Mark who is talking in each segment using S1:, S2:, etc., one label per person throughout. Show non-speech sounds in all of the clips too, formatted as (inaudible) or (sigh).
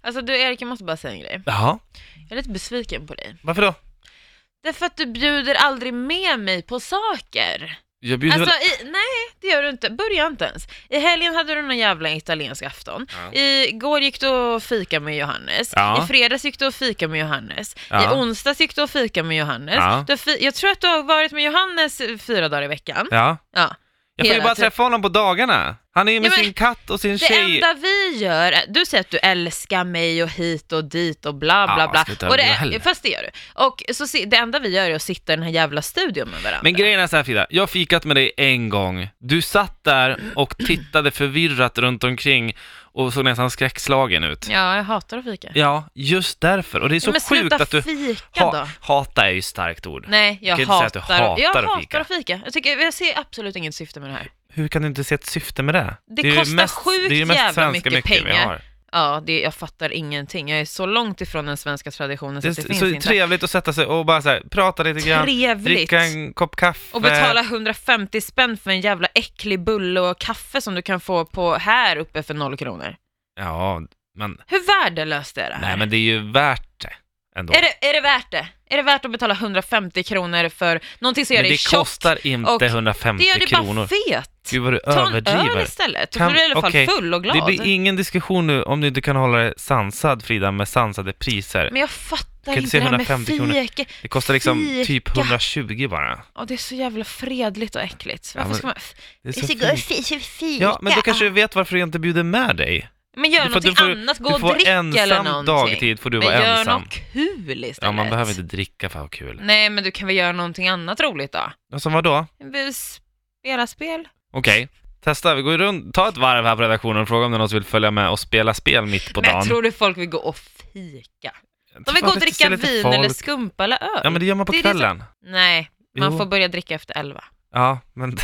S1: Alltså du Erik, jag måste bara säga en grej.
S2: Jaha,
S1: Jag är lite besviken på dig.
S2: varför då?
S1: Därför att du bjuder aldrig med mig på saker.
S2: Jag bjuder
S1: Alltså,
S2: väl...
S1: i, nej, det gör du inte. Börja inte ens. I helgen hade du någon jävla italiensk afton.
S2: Ja.
S1: Igår gick du och fika med Johannes.
S2: Ja.
S1: I fredags gick du och fika med Johannes.
S2: Ja.
S1: I onsdags gick du och fika med Johannes.
S2: Ja.
S1: Du har fi- jag tror att du har varit med Johannes eh, fyra dagar i veckan.
S2: Ja.
S1: Ja.
S2: Jag får ju
S1: Hela
S2: bara
S1: tiden.
S2: träffa honom på dagarna. Han är ju med
S1: Ja, men-
S2: sin katt och sin
S1: Det
S2: tjej.
S1: enda vi gör, är- du säger att du älskar mig och hit och dit och bla
S2: Ja,
S1: bla
S2: sluta
S1: bla. Och
S2: överdriva heller.
S1: det, fast det gör du. Och så, se- det enda vi gör är att sitta i den här jävla studion med varandra.
S2: Men grejen är så här Frida, jag har fikat med dig en gång. Du satt där och tittade förvirrat runt omkring och såg nästan skräckslagen ut.
S1: Ja, jag hatar att fika.
S2: Ja, just därför. Och det är så
S1: men
S2: sjukt
S1: sluta
S2: att du...
S1: fika då.
S2: Ha, hata är ju ett starkt ord.
S1: Nej, jag
S2: kan inte säga att du
S1: hatar, jag
S2: hatar att
S1: hatar
S2: fika.
S1: att fika. Jag, tycker, jag ser absolut inget syfte med det här.
S2: Hur kan du inte se ett syfte med det?
S1: Det
S2: är ju
S1: kostar sjukt
S2: det är ju mest
S1: jävla
S2: svenska
S1: mycket
S2: mycket vi
S1: pengar. Alltså,
S2: har.
S1: Ja, det, jag fattar ingenting. Jag är så långt ifrån den svenska traditionen
S2: Det
S1: så
S2: är
S1: att det finns
S2: så
S1: inte.
S2: trevligt att sätta sig och bara så här, prata lite grann,
S1: Trevligt.
S2: dricka en kopp kaffe.
S1: Och betala 150 spänn för en jävla äcklig bulle och kaffe som du kan få på här uppe för noll kronor.
S2: Ja, men,
S1: Hur värdelöst är det här?
S2: nej, men det är ju värt det ändå.
S1: Är det, är det värt det? Är det värt att betala 150 kronor för någonting som gör
S2: men
S1: dig
S2: det
S1: tjock?
S2: kostar inte
S1: och-
S2: 150
S1: Det gör dig bara
S2: kronor.
S1: fet.
S2: Gud vad du
S1: Ta en öl
S2: överdriver.
S1: istället,
S2: Kan-
S1: då blir du i alla fall
S2: okej,
S1: full och
S2: Det
S1: glad.
S2: blir ingen diskussion nu om du inte kan hålla det sansad Frida, med sansade priser.
S1: Men jag fattar
S2: Kan inte se
S1: inte det här med
S2: 150 kronor.
S1: fika.
S2: det kostar liksom typ
S1: fika.
S2: 120 bara.
S1: Ja, det är så jävla fredligt och äckligt. Varför
S2: men-
S1: ska man...
S2: Det är
S1: Vi
S2: så
S1: ska gå och
S2: fint.
S1: fi- fika.
S2: Ja, men då kanske du vet varför jag inte bjuder med dig.
S1: Men gör
S2: du får-
S1: någonting
S2: du får-
S1: annat, gå
S2: du
S1: och
S2: får
S1: drick eller
S2: ensam
S1: någonting.
S2: dagtid får du
S1: men
S2: vara
S1: gör
S2: ensam.
S1: något kul istället.
S2: Ja, man behöver inte dricka för att ha kul.
S1: Nej, men du kan väl göra någonting annat roligt då?
S2: Och som vadå?
S1: Spela spel?
S2: Okej, testa. Vi går runt, ta ett varv här på redaktionen och fråga om det är någon som vill följa med och spela spel mitt på
S1: men
S2: dagen.
S1: jag tror du folk vill gå och fika? De
S2: Fan,
S1: vill gå och
S2: lite-
S1: dricka
S2: se lite
S1: vin
S2: folk.
S1: eller skumpa eller öl.
S2: Ja, men det gör man på
S1: Det är det som-
S2: kvällen.
S1: Nej, man
S2: Jo.
S1: får börja dricka efter elva.
S2: Ja, men...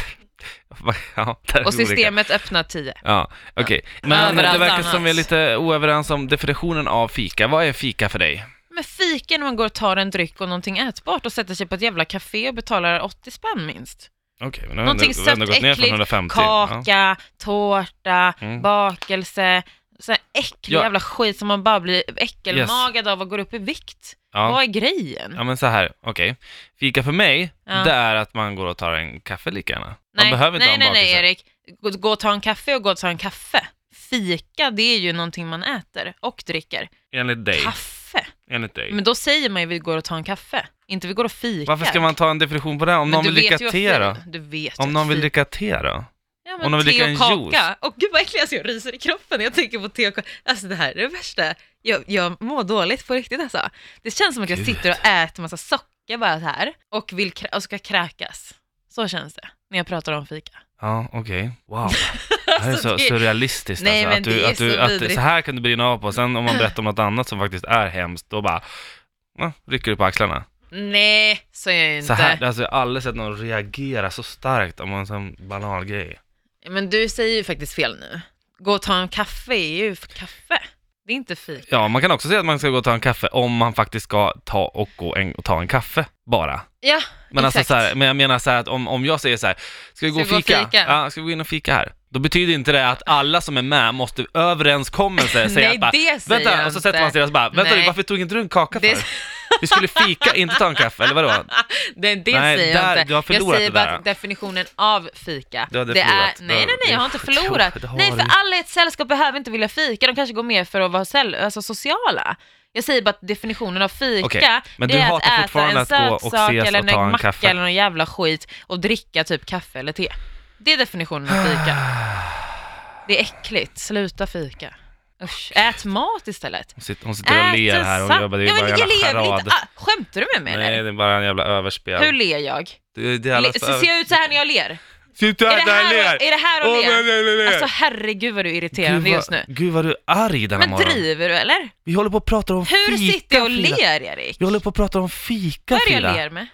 S2: (laughs) ja, där är
S1: Och
S2: vi olika.
S1: systemet öppnar tio.
S2: Ja, okej. Men eh,
S1: Överallt
S2: det verkar som
S1: annars.
S2: vi är lite oöverens om definitionen av fika. Vad är fika för dig?
S1: Men fika är när man går och tar en dryck och någonting ätbart och sätter sig på ett jävla café och betalar 80 spänn minst.
S2: Okej, men
S1: Någonting
S2: vi har ändå
S1: sött,
S2: gått ner från
S1: äckligt,
S2: 150.
S1: Kaka, tårta,
S2: Typ, Mm.
S1: bakelse, sån här äcklig
S2: Ja.
S1: jävla skit som man bara blir äckelmagad av och går upp i vikt.
S2: Ja.
S1: Vad
S2: Ja.
S1: är grejen?
S2: ja, men så här, okej. Fika för mig,
S1: Ja.
S2: det är att man går och tar en kaffe lika gärna. man
S1: nej,
S2: behöver inte
S1: nej,
S2: ha
S1: nej,
S2: en
S1: nej,
S2: bakelse.
S1: Erik. Gå, gå och ta en kaffe och gå och ta en kaffe. Fika, det är ju någonting man äter och dricker.
S2: Enligt dig.
S1: Kaffe?
S2: Enligt dig.
S1: Men då säger man ju vi går och tar en kaffe, inte vi går och fikar.
S2: Varför ska man ta en definition på det?
S1: Men
S2: Om någon
S1: du
S2: vill
S1: vet
S2: dricka
S1: ju vad Typ
S2: te då?
S1: fika- Du vet ju
S2: Om
S1: att
S2: någon vill
S1: fika-
S2: dricka te då?
S1: Ja,
S2: Om
S1: men
S2: någon vill
S1: te
S2: dricka
S1: och
S2: en
S1: kaka. Och gud vad äckligt, alltså, jag ryser i kroppen när jag tänker på te och kaka. Alltså det här är det värsta. Jag, jag mår dåligt på riktigt alltså. Det känns som att jag
S2: Gud.
S1: sitter och äter massa socker bara så här och, vill krä- och ska kräkas. Så känns det när jag pratar om fika.
S2: Ja, okej.
S1: (laughs)
S2: Wow. Det här är
S1: Alltså,
S2: så
S1: det-
S2: surrealistiskt
S1: Nej,
S2: alltså,
S1: men
S2: att
S1: det
S2: du,
S1: är
S2: att du,
S1: så
S2: att
S1: vidrigt.
S2: så här kan du brinna av på, sen om man berättar
S1: (laughs)
S2: om något annat som faktiskt är hemskt, då bara ja, rycker du på axlarna.
S1: Nej, så är jag ju
S2: Så
S1: inte.
S2: här, alltså, jag har aldrig sett någon reagera så starkt om en sån banal grej.
S1: Men du säger ju faktiskt fel nu. Gå och ta en kaffe är ju f- kaffe. Det är inte fika.
S2: Ja, man kan också säga att man ska gå och ta en kaffe om man faktiskt ska ta och gå en, och ta en kaffe, bara.
S1: Ja,
S2: Men, alltså,
S1: Exakt.
S2: så här, men jag menar så här att om, om jag säger så här, ska vi gå och
S1: Ska vi gå
S2: fika?
S1: och fika?
S2: Ja, ska vi gå in och fika här? Då betyder inte det att alla som är med måste
S1: (laughs)
S2: överenskommelse säga
S1: Nej,
S2: att bara,
S1: det säger
S2: vänta,
S1: jag
S2: och så sätter man sig där och så bara, vänta
S1: Nej.
S2: du, varför tog inte du en kaka för?
S1: Det-
S2: Vi skulle fika, inte ta en kaffe, eller vadå?
S1: det, det
S2: Nej,
S1: säger
S2: där-
S1: jag
S2: du
S1: inte.
S2: har
S1: jag
S2: förlorat
S1: säger
S2: det
S1: bara
S2: där.
S1: att definitionen av fika,
S2: Du hade
S1: det är...
S2: förlorat.
S1: Nej, nej, nej, jag har inte
S2: Jo, det
S1: förlorat.
S2: har
S1: Nej, för
S2: du.
S1: alla i ett sällskap behöver inte vilja fika, de kanske går med för att vara cell, alltså sociala. Jag säger bara att definitionen av fika,
S2: Okej, men
S1: det
S2: du
S1: är
S2: hatar
S1: att äta
S2: fortfarande
S1: en
S2: att gå och
S1: sötsak
S2: ses
S1: eller
S2: och ta en
S1: macka
S2: kaffe.
S1: eller någon jävla skit och dricka typ kaffe eller te. Det är definitionen av (laughs) fika. Det är äckligt, sluta fika. Usch, ät mat istället.
S2: Hon sitter, hon sitter och
S1: Ät
S2: ler
S1: en
S2: här, hon
S1: sapp-
S2: jobbar, det är
S1: Äh, Ja, men
S2: bara en
S1: jag
S2: jävla
S1: ler väl
S2: charad.
S1: inte. Ah, Skämtar du med mig
S2: Nej,
S1: eller?
S2: det är bara en jävla överspel.
S1: Hur ler jag?
S2: Det, det är alla
S1: Le- så ser jag ut så här när jag ler?
S2: Sitter
S1: Är det här,
S2: ler!
S1: är det här
S2: Åh,
S1: och
S2: men
S1: ler?
S2: nej, nej, nej.
S1: Alltså herregud vad du är
S2: Gud,
S1: irriterande
S2: vad-
S1: just nu.
S2: Gud vad du är arg denna
S1: Men
S2: morgon.
S1: driver du eller?
S2: Vi håller på att prata om
S1: Hur
S2: fika,
S1: sitter jag och
S2: Frida.
S1: ler Erik?
S2: Vi håller på att prata om fika,
S1: Vad är det
S2: Frida.
S1: jag ler med?